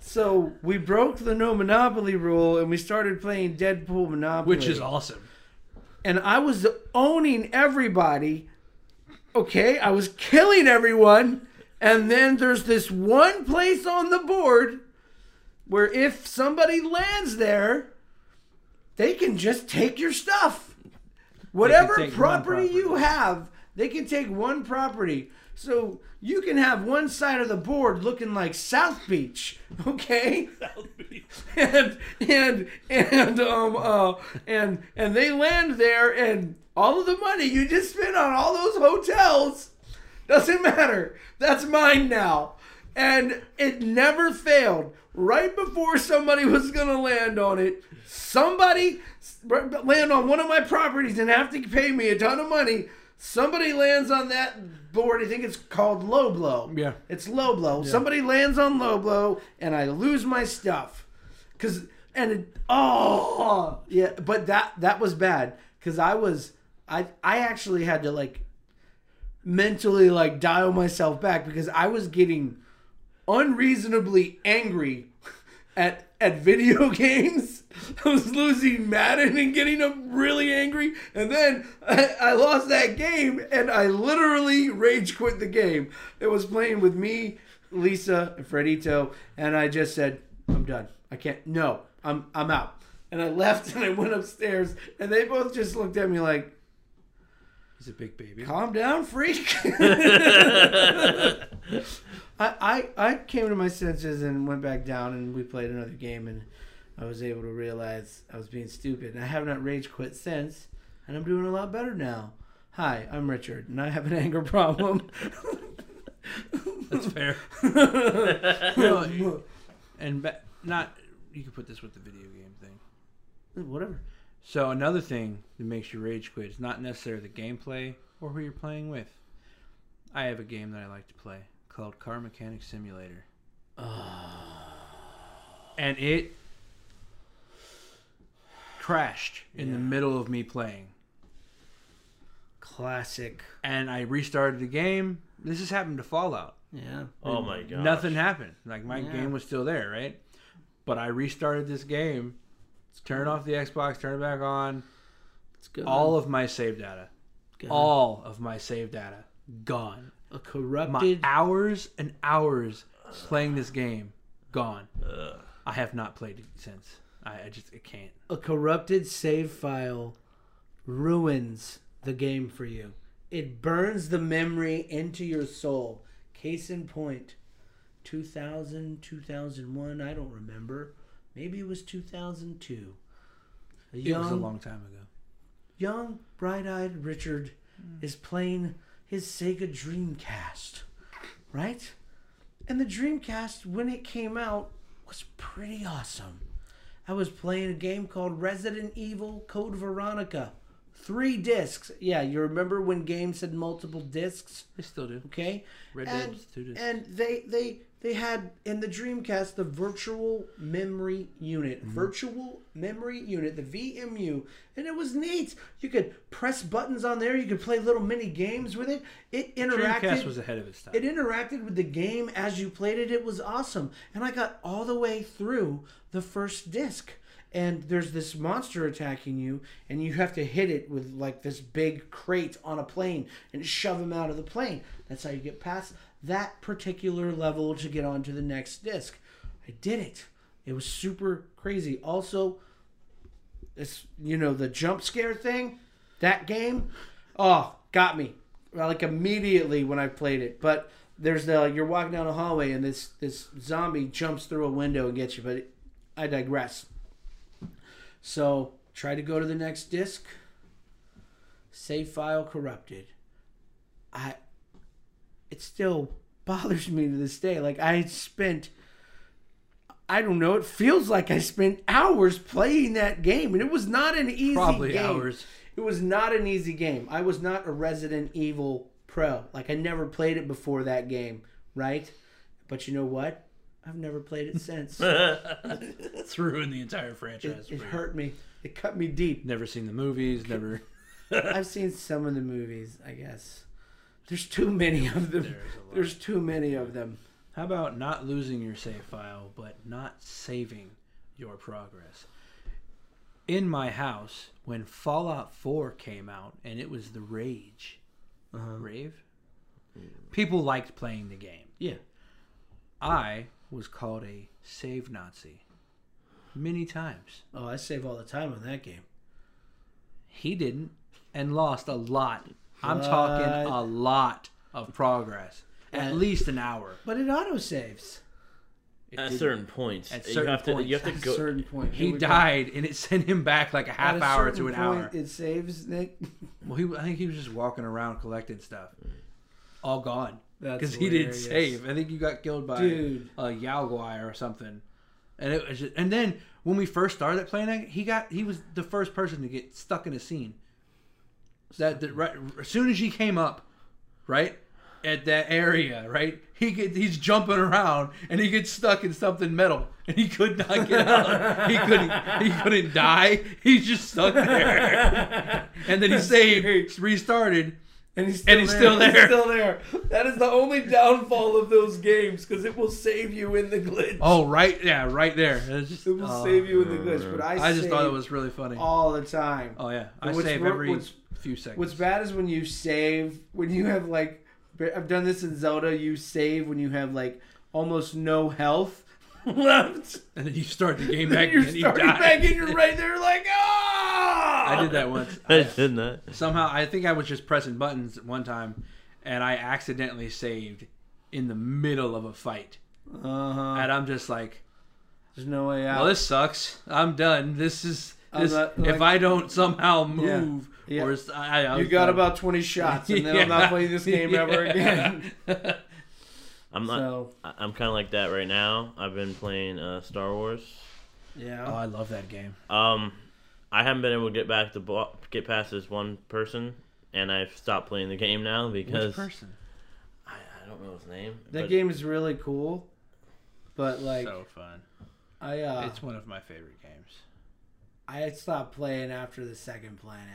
Speaker 3: So we broke the no monopoly rule and we started playing Deadpool Monopoly.
Speaker 2: Which is awesome.
Speaker 3: and I was owning everybody. Okay, I was killing everyone. And then there's this one place on the board where if somebody lands there, they can just take your stuff. Whatever
Speaker 2: take one
Speaker 3: property you
Speaker 2: property.
Speaker 3: have, they can take one property. So you can have one side of the board looking like South Beach, okay? and and and um uh and and they land there and all of the money you just spent on all those hotels doesn't matter that's mine now and it never failed right before somebody was gonna land on it somebody s- r- land on one of my properties and have to pay me a ton of money somebody lands on that board i think it's called low blow
Speaker 2: Yeah.
Speaker 3: it's low blow. Somebody lands on low blow, and I lose my stuff. Cause and it, oh yeah, but that that was bad. Cause I was I I actually had to like mentally like dial myself back because I was getting unreasonably angry at at video games. I was losing Madden and getting up really angry, and then I, I lost that game and I literally rage quit the game. It was playing with me, Lisa, and Fredito, and I just said, "I'm done. I can't. No, I'm I'm out." And I left and I went upstairs, and they both just looked at me like,
Speaker 2: He's a big baby.
Speaker 3: calm down, freak. I, I I came to my senses and went back down and we played another game and I was able to realize I was being stupid and I have not rage quit since and I'm doing a lot better now. Hi, I'm Richard and I have an anger problem.
Speaker 2: That's fair. No, and ba- not. You can put this with the video game thing.
Speaker 3: Whatever.
Speaker 2: So another thing that makes you rage quit is not necessarily the gameplay or who you're playing with. I have a game that I like to play called Car Mechanic Simulator. And it crashed in the middle of me playing.
Speaker 3: Classic.
Speaker 2: And I restarted the game. This has happened to Fallout.
Speaker 3: Yeah.
Speaker 6: oh my god.
Speaker 2: Nothing happened. Like my
Speaker 3: Yeah.
Speaker 2: game was still there, right? But I restarted this game, turned off the Xbox, turned it back on,
Speaker 3: It's good.
Speaker 2: all of my save data.
Speaker 3: Good.
Speaker 2: all of my save data gone.
Speaker 3: a
Speaker 2: My
Speaker 3: corrupted
Speaker 2: hours and hours playing this game gone.
Speaker 6: Ugh.
Speaker 2: I have not played it since. I, I just I can't.
Speaker 3: a corrupted save file ruins the game for you. It burns the memory into your soul. Case in point, 2000, 2001, I don't remember. Maybe it was 2002. A
Speaker 2: It was a
Speaker 3: young-
Speaker 2: long time ago.
Speaker 3: young, bright eyed Richard is playing his Sega Dreamcast, right? And the Dreamcast, when it came out, was pretty awesome. I was playing a game called Resident Evil Code Veronica. Three discs. Yeah, you remember when games had multiple discs?
Speaker 2: They still do.
Speaker 3: Okay.
Speaker 2: Red
Speaker 3: and,
Speaker 2: Dead's two discs.
Speaker 3: and they they they had in the Dreamcast the virtual memory unit,
Speaker 2: Mm-hmm.
Speaker 3: virtual memory unit, the VMU, and it was neat. You could press buttons on there. You could play little mini games with it. It interacted.
Speaker 2: Dreamcast was ahead of its time.
Speaker 3: it interacted with the game as you played it. It was awesome, and I got all the way through the first disc. And there's this monster attacking you, and you have to hit it with like this big crate on a plane and shove him out of the plane. That's how you get past that particular level to get onto the next disc. I did it. It was super crazy. Also, this you know the jump scare thing, that game, oh got me like immediately when I played it. But there's the you're walking down the hallway and this this zombie jumps through a window and gets you. But I digress. So try to go to the next disc. Save file corrupted. I it still bothers me to this day. Like I had spent I don't know, it feels like I spent hours playing that game and it was not an easy
Speaker 2: Probably
Speaker 3: game.
Speaker 2: hours.
Speaker 3: It was not an easy game. I was not a Resident Evil pro. Like I never played it before that game, right? But you know what? I've never played it since. it,
Speaker 2: It's ruined the entire franchise.
Speaker 3: it
Speaker 2: for you.
Speaker 3: hurt me. It cut me deep.
Speaker 2: Never seen the movies. Never.
Speaker 3: I've seen some of the movies, I guess. There's too many of them. There's,
Speaker 2: There's a lot.
Speaker 3: too many of them.
Speaker 2: How about not losing your save file, but not saving your progress? In my house, when Fallout 4 came out, and it was the rage, rave, people liked playing the game.
Speaker 3: Yeah.
Speaker 2: I was called a save Nazi many times.
Speaker 3: Oh, I save all the time on that game.
Speaker 2: He didn't, and lost a lot. I'm talking a
Speaker 3: What?
Speaker 2: lot of progress, at
Speaker 3: What?
Speaker 2: least an hour.
Speaker 3: But it auto saves
Speaker 2: It
Speaker 6: At
Speaker 2: didn't-
Speaker 6: certain points,
Speaker 2: At
Speaker 6: you
Speaker 2: certain
Speaker 6: have to you have
Speaker 2: points.
Speaker 6: to
Speaker 3: at
Speaker 6: go.
Speaker 3: a certain point.
Speaker 2: He
Speaker 3: Here we go.
Speaker 2: died, and it sent him back like a
Speaker 3: At
Speaker 2: half
Speaker 3: a
Speaker 2: hour to
Speaker 3: certain
Speaker 2: an hour.
Speaker 3: point, It saves Nick.
Speaker 2: Well, he, I think he was just walking around collecting stuff,
Speaker 3: Mm.
Speaker 2: all gone
Speaker 3: That's
Speaker 2: because he didn't
Speaker 3: hilarious.
Speaker 2: save. I think you got killed by
Speaker 3: Dude.
Speaker 2: a Yaogwai or something. And it was just, and then when we first started playing it, he got he was the first person to get stuck in a scene. That, that right as soon as he came up, right at that area, right he get, he's jumping around and he gets stuck in something metal and he could not get out. he couldn't he couldn't die. He's just stuck there. and then he saved, restarted,
Speaker 3: And he's
Speaker 2: And he's still there.
Speaker 3: still there. That is the only downfall of those games because it will save you in the glitch.
Speaker 2: Oh, right, yeah, right there. It's just-
Speaker 3: it will
Speaker 2: oh,
Speaker 3: save you in the glitch. But I,
Speaker 2: I just thought it
Speaker 3: save
Speaker 2: was really funny.
Speaker 3: all the time.
Speaker 2: oh yeah, I
Speaker 3: What's
Speaker 2: save
Speaker 3: wor-
Speaker 2: every
Speaker 3: what's-
Speaker 2: few seconds.
Speaker 3: What's bad is when you save when you have like I've done this in Zelda. You save when you have like almost no health left.
Speaker 2: And then you start the game back
Speaker 3: you're
Speaker 2: and you
Speaker 3: starting
Speaker 2: die.
Speaker 3: back and you're right there like ah.
Speaker 2: I did that once.
Speaker 6: I
Speaker 2: I,
Speaker 6: did not.
Speaker 2: somehow, I think I was just pressing buttons at one time, and I accidentally saved in the middle of a fight,
Speaker 3: Uh huh.
Speaker 2: and I'm just like,
Speaker 3: There's no way out.
Speaker 2: "Well, this sucks. I'm done. This is
Speaker 3: I'm
Speaker 2: this.
Speaker 3: not-
Speaker 2: if
Speaker 3: like-
Speaker 2: I don't somehow move
Speaker 3: Yeah.
Speaker 2: or s- I, I
Speaker 3: you
Speaker 2: was
Speaker 3: got
Speaker 2: done."
Speaker 3: about 20 shots, and then I'm not
Speaker 2: Yeah.
Speaker 3: playing this game ever
Speaker 2: Yeah.
Speaker 3: again.
Speaker 6: I'm not.
Speaker 3: So
Speaker 6: I- I'm kind of like that right now. I've been playing uh, Star Wars.
Speaker 3: yeah.
Speaker 2: oh, I love that game.
Speaker 6: Um, I haven't been able to get back to bo- get past this one person, and I've stopped playing the game now because I, I don't know his name.
Speaker 3: That
Speaker 6: but
Speaker 3: game is really cool, but like
Speaker 2: so fun.
Speaker 3: I uh,
Speaker 2: It's one of my favorite games.
Speaker 3: I stopped playing after the second planet.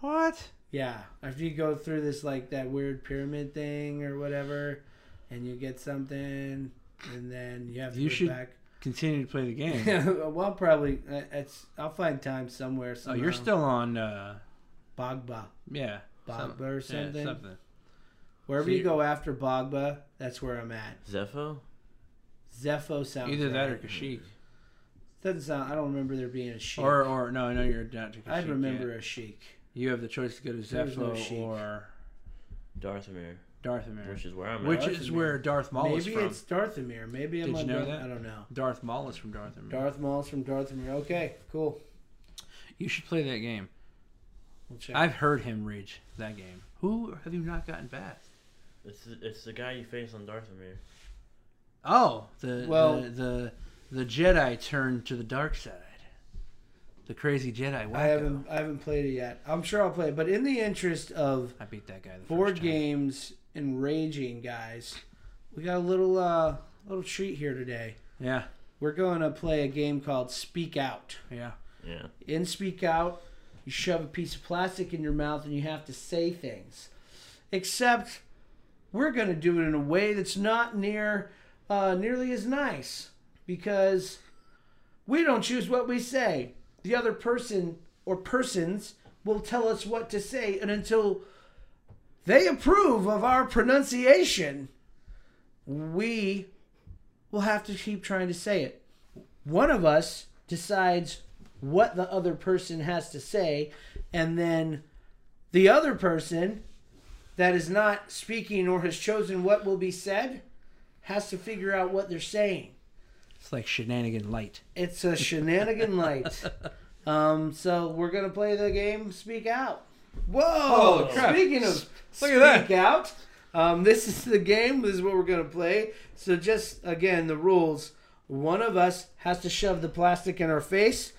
Speaker 2: What?
Speaker 3: Yeah, after you go through this like that weird pyramid thing or whatever, and you get something, and then you have to
Speaker 2: You
Speaker 3: go
Speaker 2: should-
Speaker 3: back.
Speaker 2: Continue to play the game.
Speaker 3: well, probably uh, it's. I'll find time somewhere.
Speaker 2: oh,
Speaker 3: Somehow.
Speaker 2: you're still on. uh
Speaker 3: Bogba,
Speaker 2: Yeah.
Speaker 3: Bogba
Speaker 2: some-
Speaker 3: or
Speaker 2: yeah,
Speaker 3: something.
Speaker 2: something.
Speaker 3: Wherever
Speaker 2: So
Speaker 3: you
Speaker 2: you-
Speaker 3: go after Bogba, that's where I'm at.
Speaker 6: Zepho.
Speaker 3: Zepho sounds
Speaker 2: Either that
Speaker 3: right.
Speaker 2: or Kashyyyk.
Speaker 3: Doesn't sound. I don't remember there being a chic.
Speaker 2: Or or no, no, you're not. taking
Speaker 3: I
Speaker 2: Sheik
Speaker 3: remember
Speaker 2: yet.
Speaker 3: a chic.
Speaker 2: You have the choice to go to
Speaker 3: There's no
Speaker 2: Zepho
Speaker 3: Sheik.
Speaker 2: or
Speaker 6: Darthmir,
Speaker 2: Darth Amir,
Speaker 6: which is where I'm
Speaker 2: which
Speaker 6: at.
Speaker 2: is where Darth Maul is
Speaker 3: Maybe
Speaker 2: from.
Speaker 3: it's Darthamir. Maybe I'm
Speaker 2: Did you
Speaker 3: on
Speaker 2: know
Speaker 3: Darth-
Speaker 2: that?
Speaker 3: I don't know.
Speaker 2: Darth Maul is from Darth Amir.
Speaker 3: Darth Maul's from Darthamir. Okay, cool.
Speaker 2: You should play that game.
Speaker 3: We'll check.
Speaker 2: I've heard him rage that game. Who have you not gotten past?
Speaker 6: It's it's the guy you face on Darthmir.
Speaker 2: Oh, the
Speaker 3: Well-
Speaker 2: the, the the Jedi turned to the dark side. The crazy Jedi. Wacko.
Speaker 3: I haven't. I haven't played it yet. I'm sure I'll play it. But in the interest of
Speaker 2: I beat that guy. The
Speaker 3: board
Speaker 2: first time.
Speaker 3: games and raging, guys, we got a little uh little treat here today.
Speaker 2: Yeah,
Speaker 3: We're going to play a game called Speak Out.
Speaker 2: yeah.
Speaker 6: Yeah.
Speaker 3: In Speak Out, you shove a piece of plastic in your mouth and you have to say things. Except we're going to do it in a way that's not near uh, nearly as nice because we don't choose what we say. The other person or persons will tell us what to say, and until they approve of our pronunciation, we will have to keep trying to say it. One of us decides what the other person has to say, and then the other person that is not speaking or has chosen what will be said has to figure out what they're saying.
Speaker 2: It's like shenanigan light.
Speaker 3: It's a shenanigan light. Um, so we're gonna play the game Speak Out. Whoa!
Speaker 2: Holy crap.
Speaker 3: Oh, Speaking of
Speaker 2: look
Speaker 3: Speak
Speaker 2: at that.
Speaker 3: Out, um, this is the game. This is what we're gonna play. So just again the rules. One of us has to shove the plastic in our face.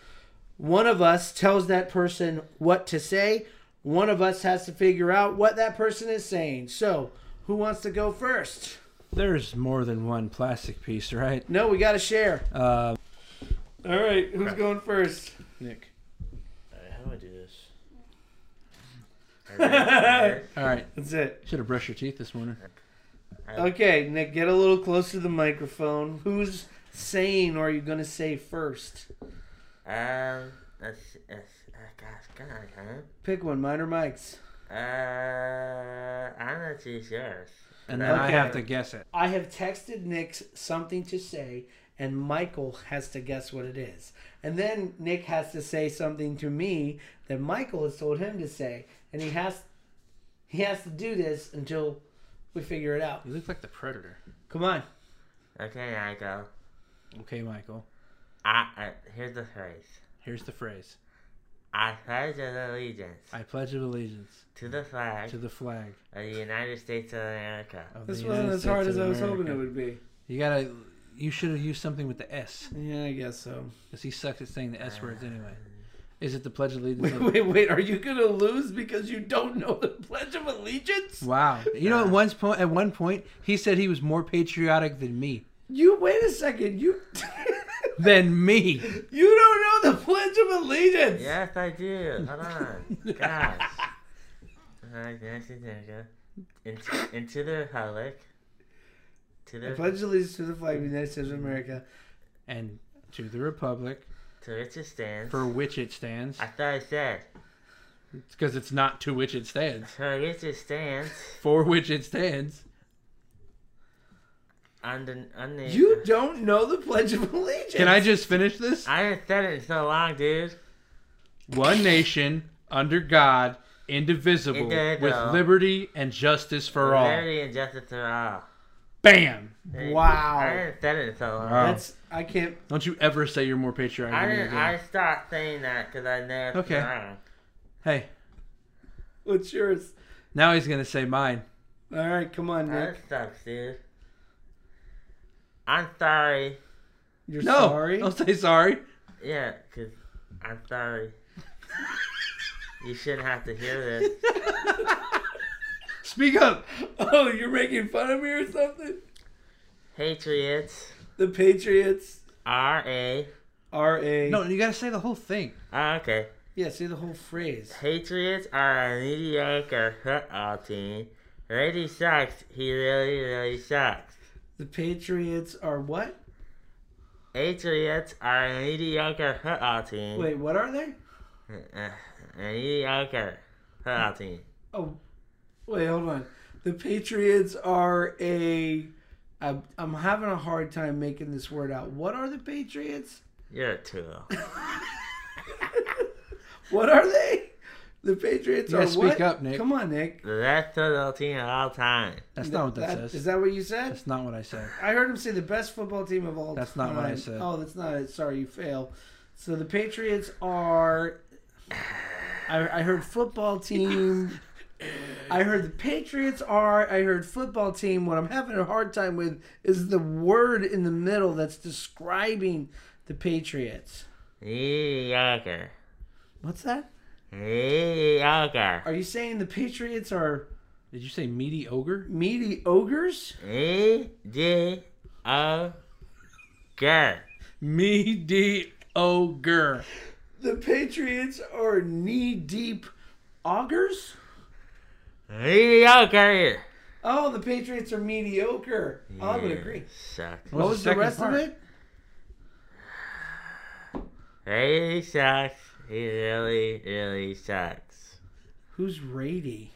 Speaker 3: One of us tells that person what to say. One of us has to figure out what that person is saying. So who wants to go first?
Speaker 2: There's more than one plastic piece, right?
Speaker 3: No, we gotta share.
Speaker 2: Uh,
Speaker 3: All right, who's going first?
Speaker 2: Nick.
Speaker 6: Alright, Uh, how do I do this? Alright,
Speaker 2: All right.
Speaker 3: That's it.
Speaker 2: Should have brushed your teeth this morning.
Speaker 3: Okay, Nick, get a little closer to the microphone. Who's saying or are you going to say first?
Speaker 1: Um, that's that's uh, gosh, God, huh?
Speaker 3: Pick one, mine or Mike's.
Speaker 1: Uh, I'm not too sure.
Speaker 2: And then I
Speaker 3: Okay.
Speaker 2: have to guess it.
Speaker 3: I have texted Nick something to say, and Michael has to guess what it is. And then Nick has to say something to me that Michael has told him to say, and he has he has to do this until we figure it out.
Speaker 2: You look like the predator.
Speaker 3: Come on.
Speaker 1: Okay, I go.
Speaker 2: Okay, Michael.
Speaker 1: I, I here's the phrase.
Speaker 2: Here's the phrase.
Speaker 1: I pledge an allegiance
Speaker 2: I pledge of allegiance
Speaker 1: to the flag
Speaker 2: to the Oh. flag
Speaker 1: of the United States of America.
Speaker 2: of
Speaker 3: This
Speaker 2: the
Speaker 3: wasn't
Speaker 2: United
Speaker 3: as hard
Speaker 2: States
Speaker 3: as
Speaker 2: of
Speaker 3: I was
Speaker 2: America.
Speaker 3: hoping it would be.
Speaker 2: You gotta. You should have used something with the S,
Speaker 3: Yeah, I guess so.
Speaker 2: because he sucks at saying the S words anyway. Is it the Pledge of Allegiance?
Speaker 3: Wait,
Speaker 2: of-
Speaker 3: wait, wait. Are you going to lose because you don't know the Pledge of Allegiance?
Speaker 2: Wow. You know, at one point, at one point, he said he was more patriotic than me.
Speaker 3: You wait a second. You
Speaker 2: Than me.
Speaker 3: you don't know the Pledge of Allegiance.
Speaker 1: Yes, I do. Hold on, gosh. Uh, I guess it's America. Into, into the republic. To
Speaker 3: I
Speaker 1: the
Speaker 3: pledge allegiance to the flag of the United States of America.
Speaker 2: And to the republic
Speaker 1: to which it stands.
Speaker 2: for which it stands,
Speaker 1: I thought I said
Speaker 2: because it's not to which it stands.
Speaker 1: for which it stands.
Speaker 2: For which it stands.
Speaker 1: Under, under,
Speaker 3: You don't know the Pledge of Allegiance.
Speaker 2: Can I just finish this?
Speaker 1: I haven't said it in so long, dude.
Speaker 2: One nation under God, indivisible, with
Speaker 1: Indivisible.
Speaker 2: liberty and justice for all.
Speaker 1: Liberty and justice for all.
Speaker 2: Bam!
Speaker 3: Wow.
Speaker 1: I haven't said it in so long.
Speaker 2: Wow.
Speaker 3: That's I can't.
Speaker 2: Don't you ever say you're more patriotic
Speaker 1: I
Speaker 2: than me
Speaker 1: didn't.
Speaker 2: again.
Speaker 1: I stopped saying that because I know. it's
Speaker 2: Okay.
Speaker 1: wrong.
Speaker 2: Hey,
Speaker 3: What's yours?
Speaker 2: now he's gonna say mine.
Speaker 3: All right, come on,
Speaker 1: That
Speaker 3: Nick.
Speaker 1: sucks, dude. I'm sorry.
Speaker 3: You're
Speaker 2: No, Oh,
Speaker 3: sorry.
Speaker 2: don't say sorry.
Speaker 1: Yeah, because I'm sorry. you shouldn't have to hear this.
Speaker 2: Speak up.
Speaker 3: Oh, you're making fun of me or something?
Speaker 1: Patriots.
Speaker 3: The Patriots
Speaker 1: R A.
Speaker 3: are a.
Speaker 2: No, you gotta say the whole thing.
Speaker 1: Oh, okay.
Speaker 3: Yeah, say the whole phrase.
Speaker 1: Patriots are a mediocre football team. Brady sucks. He really, really sucks.
Speaker 3: The Patriots are what?
Speaker 1: Patriots are a mediocre football team.
Speaker 3: Wait, what are they?
Speaker 1: Uh, mediocre football team.
Speaker 3: Oh, wait, hold on. The Patriots are a. I'm, I'm having a hard time making this word out. What are the Patriots?
Speaker 1: You're a tool.
Speaker 3: What are they? The Patriots
Speaker 2: Yeah,
Speaker 3: are
Speaker 2: speak
Speaker 3: what?
Speaker 2: up, Nick.
Speaker 3: Come on, Nick.
Speaker 1: The best football team of all time.
Speaker 2: That's not what that, says.
Speaker 3: Is that what you said?
Speaker 2: That's not what I said.
Speaker 3: I heard him say the best football team of all
Speaker 2: That's
Speaker 3: time.
Speaker 2: not what I said.
Speaker 3: Oh, that's not it. Sorry, you fail. So the Patriots are. I, I heard football team. I heard the Patriots are. I heard football team. What I'm having a hard time with is the word in the middle that's describing the Patriots.
Speaker 1: Mediocre.
Speaker 3: What's that?
Speaker 1: Mediocre.
Speaker 3: Are you saying the Patriots are
Speaker 2: Did you say meaty ogre?
Speaker 3: meaty ogres?
Speaker 1: E D O G.
Speaker 2: Meaty ogre.
Speaker 3: The Patriots are knee deep augers?
Speaker 1: Mediocre.
Speaker 3: Oh, the Patriots are mediocre. Oh, I'm gonna
Speaker 1: You
Speaker 3: agree.
Speaker 1: Suck.
Speaker 2: What
Speaker 3: What
Speaker 2: was
Speaker 3: was
Speaker 2: the
Speaker 3: the
Speaker 2: second
Speaker 3: rest
Speaker 2: part?
Speaker 3: of it?
Speaker 1: He sucks. He really, really sucks.
Speaker 3: Who's Rady?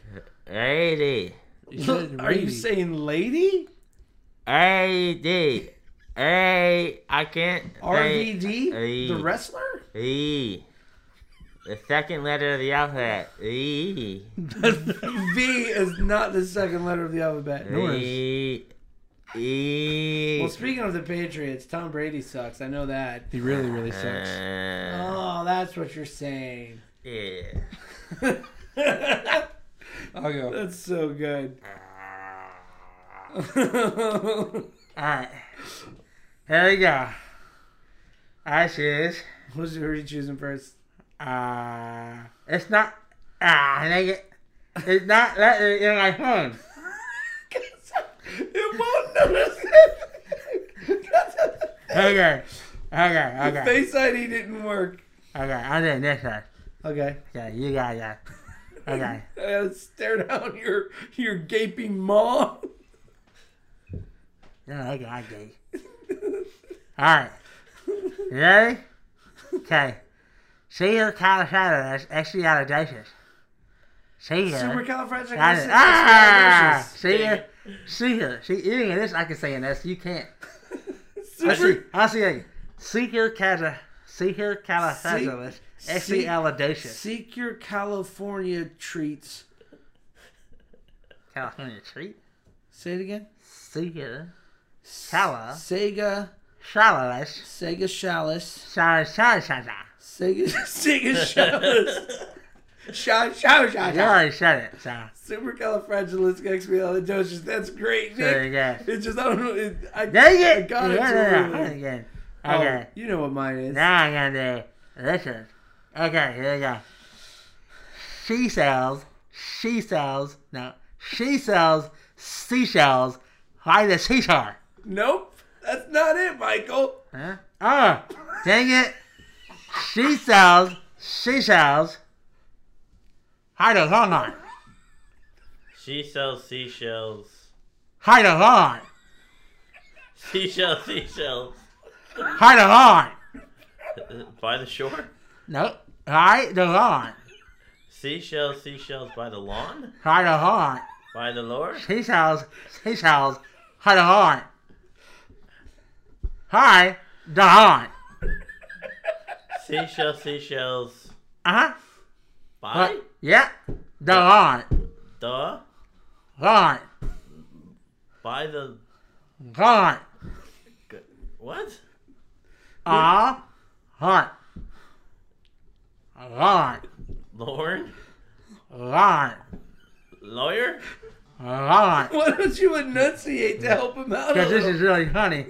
Speaker 1: Lady.
Speaker 2: You said
Speaker 3: Are you
Speaker 2: meaty.
Speaker 3: saying lady?
Speaker 1: A D. A. I can't. say
Speaker 3: RVD? The
Speaker 1: Hey.
Speaker 3: wrestler?
Speaker 1: E. The second letter of the alphabet. E.
Speaker 3: V is not the second letter of the alphabet.
Speaker 1: E. E.
Speaker 3: Well, speaking of the Patriots, Tom Brady sucks. I know that.
Speaker 2: He really, really sucks.
Speaker 1: Uh,
Speaker 3: Oh, that's what you're saying.
Speaker 1: yeah.
Speaker 3: that's
Speaker 2: I'll go.
Speaker 3: so good.
Speaker 1: Uh, Alright. Here we go. I choose.
Speaker 3: Who's who are you choosing first?
Speaker 1: Uh, it's not. Ah, nigga. It's not letter in my phone.
Speaker 3: it won't notice it.
Speaker 1: Okay. Okay, okay.
Speaker 3: Face ID didn't work.
Speaker 1: Okay, I'm doing this one.
Speaker 3: Okay.
Speaker 1: Okay, you got that. Okay.
Speaker 3: I gotta stare down your your gaping maw.
Speaker 1: No, okay, I get it. Alright. You ready? Okay. See your Colorado expialidocious. See your. Got it.
Speaker 3: Supercalifragilistic.
Speaker 1: Ah! See here. See here. See, even in this, I can say in this. You can't. I see. I see you. Seek your cata. Seek your califagilus.
Speaker 3: seek-
Speaker 1: Expialidocious.
Speaker 3: Seek your California treats.
Speaker 1: California treat.
Speaker 3: Say it again.
Speaker 1: Seek your. Cala.
Speaker 3: Sega,
Speaker 1: Shalalus.
Speaker 3: Sega Shalis,
Speaker 1: Sorry, sorry, sorry. sorry.
Speaker 3: Sega, Sega Shalis, Shaw, Shaw, Shaw,
Speaker 1: You
Speaker 3: Shaw.
Speaker 1: already said it, so.
Speaker 3: Supercalifragilisticexpialidocious. That's great,
Speaker 1: There
Speaker 3: Nick.
Speaker 1: you go.
Speaker 3: It's just I don't know. It, I,
Speaker 1: Dang
Speaker 3: I
Speaker 1: it!
Speaker 3: got it.
Speaker 1: Yeah,
Speaker 3: too
Speaker 1: yeah, yeah.
Speaker 3: early.
Speaker 1: Again.
Speaker 3: Oh,
Speaker 1: Okay.
Speaker 3: you know what mine is.
Speaker 1: Now I'm gonna do Richard. Okay, here we go. She sells, she sells, no, she sells seashells by the seashore.
Speaker 3: Nope, that's not it, Michael.
Speaker 1: Huh? Oh, dang it. She sells seashells by the longhorn.
Speaker 6: She sells seashells.
Speaker 1: By the longhorn.
Speaker 6: Seashell, seashells.
Speaker 1: By the longhorn.
Speaker 6: By the shore?
Speaker 1: Nope. By the longhorn.
Speaker 6: Seashells, seashells by the lawn?
Speaker 1: By the longhorn.
Speaker 6: By the lore?
Speaker 1: She sells seashells by the longhorn. Hi, the horn.
Speaker 6: Seashell, seashells
Speaker 1: Uh-huh.
Speaker 6: by
Speaker 1: Yeah. The horn.
Speaker 6: the
Speaker 1: Horn.
Speaker 6: by the
Speaker 1: Horn.
Speaker 6: what?
Speaker 1: Ah. Horn. Horn.
Speaker 6: Lorn?
Speaker 1: Horn.
Speaker 6: Lawyer?
Speaker 1: Horn.
Speaker 3: Why don't you enunciate to help him out? A
Speaker 1: Because this
Speaker 3: little?
Speaker 1: is really funny.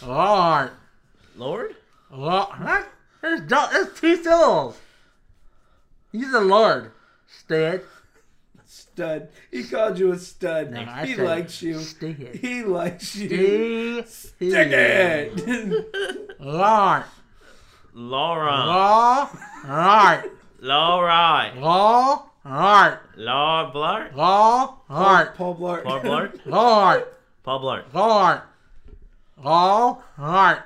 Speaker 1: Horn.
Speaker 6: Lord?
Speaker 1: Lo- Huh? There's, do- there's two syllables. He's the Lord. Stud.
Speaker 3: stud. He called you a stud.
Speaker 1: No, I
Speaker 3: he
Speaker 1: said
Speaker 3: likes you.
Speaker 1: Stud.
Speaker 3: He likes you. Stick
Speaker 1: Stick
Speaker 3: it. Oh,
Speaker 1: Lord.
Speaker 6: Laura.
Speaker 1: Law. Art.
Speaker 6: Laura.
Speaker 1: Law. Art.
Speaker 6: Law Blart?
Speaker 1: Law. Art.
Speaker 3: Paul Blart.
Speaker 6: Paul Blart?
Speaker 1: Lord.
Speaker 6: Paul Blart.
Speaker 1: Lord. All right.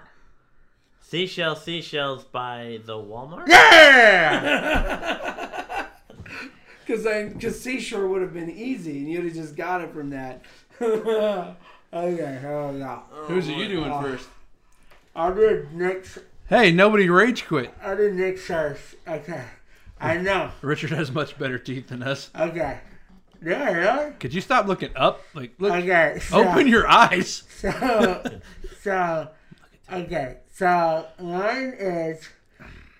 Speaker 6: Seashell, seashells by the Walmart?
Speaker 1: Yeah!
Speaker 3: Because I, because seashore would have been easy, and you'd have just got it from that. okay, hell yeah.
Speaker 2: Oh Who's are you doing first?
Speaker 3: I did Nick's
Speaker 2: Hey, nobody rage quit.
Speaker 1: Other Nick says, okay, I
Speaker 2: Hmm.
Speaker 1: know,
Speaker 2: Richard has much better teeth than us.
Speaker 1: okay. Yeah, really?
Speaker 2: Could you stop looking up? Like, look,
Speaker 1: Okay, so,
Speaker 2: open your eyes.
Speaker 1: so, so, okay, so mine is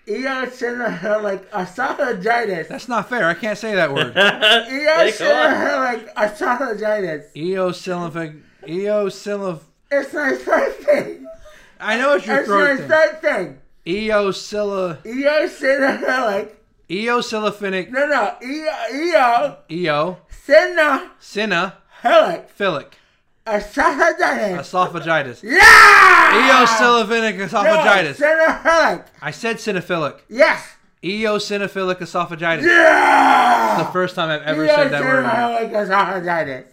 Speaker 1: eosinophilic esophagitis.
Speaker 2: That's not fair. I can't say that word.
Speaker 1: Eosinophilic esophagitis.
Speaker 2: Eosinophilic. Eosinoph.
Speaker 1: It's my third thing.
Speaker 2: I know it's your
Speaker 1: It's my
Speaker 2: throat thing.
Speaker 1: third thing.
Speaker 2: Eosilla.
Speaker 1: Eosinophilic.
Speaker 2: Eosinophilic.
Speaker 1: No, no, eo, eosinophilic
Speaker 2: Eosinophilic.
Speaker 1: esophagitis.
Speaker 2: Esophagitis.
Speaker 1: Yeah!
Speaker 2: Eosinophilic esophagitis.
Speaker 1: Eosinophilic.
Speaker 2: I said cynophilic.
Speaker 1: Yes.
Speaker 2: Eosinophilic esophagitis.
Speaker 1: Yeah!
Speaker 2: The first time I've ever said that word.
Speaker 1: Eosinophilic esophagitis.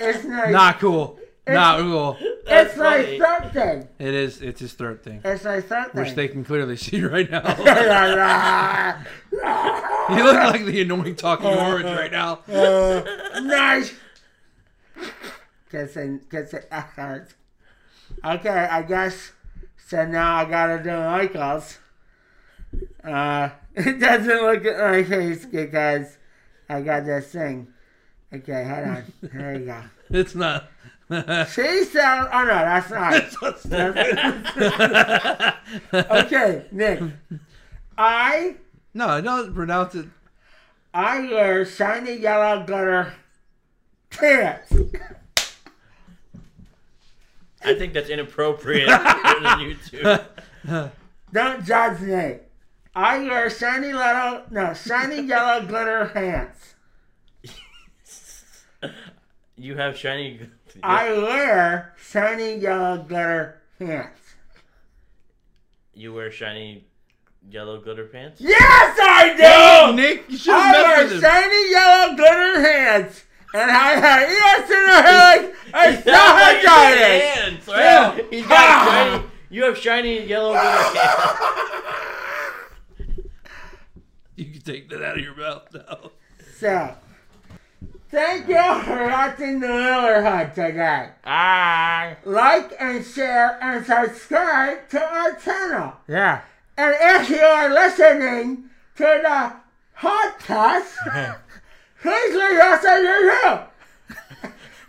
Speaker 1: It's my,
Speaker 2: Not cool. Not cool.
Speaker 1: it's my third thing.
Speaker 2: It is. It's his throat thing,
Speaker 1: It's my third thing.
Speaker 2: which they can clearly see right now.
Speaker 1: nice.
Speaker 2: You look like the annoying talking
Speaker 1: Uh,
Speaker 2: orange right now.
Speaker 1: Gets it, gets it effort. uh, Okay, I guess. So now I gotta do Michael's. Uh, it doesn't look at my face because I got this thing. Okay, hold on. Here we go.
Speaker 2: It's not.
Speaker 1: She said, oh no, that's not. okay, Nick. I
Speaker 2: no, don't pronounce it.
Speaker 1: I wear shiny yellow glitter pants.
Speaker 6: I think that's inappropriate on YouTube.
Speaker 1: Don't judge me. I wear shiny little no shiny yellow glitter pants.
Speaker 6: You have shiny.
Speaker 1: I wear shiny yellow glitter pants.
Speaker 6: You wear shiny yellow glitter pants?
Speaker 1: Yes, I do.
Speaker 2: Nick, you should
Speaker 1: I wear
Speaker 2: have messed with him.
Speaker 1: shiny yellow glitter pants, and I have ears in the head. I saw her
Speaker 6: hands, right? He's
Speaker 1: Ah!
Speaker 6: got shiny. You have shiny yellow glitter hands.
Speaker 2: You can take that out of your mouth now.
Speaker 1: So, thank you for watching the Miller Hut today.
Speaker 6: Ah.
Speaker 1: Like and share and subscribe to our channel.
Speaker 2: Yeah.
Speaker 1: And if you are listening to the podcast, please leave us a review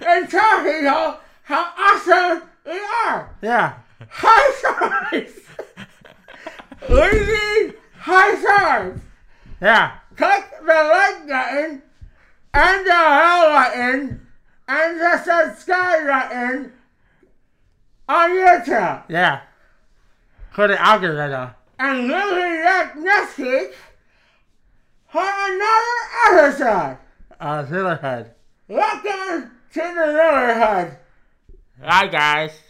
Speaker 1: and tell people how awesome we are.
Speaker 2: Yeah.
Speaker 1: High stars! we need high stars!
Speaker 2: Yeah.
Speaker 1: click the like button and the bell button and the subscribe button on YouTube.
Speaker 2: Yeah. Put it out there right now.
Speaker 1: And we'll be back next week for another episode.
Speaker 2: Uh, Zillerhead.
Speaker 1: Welcome to the Neighborhood.
Speaker 2: Bye, guys.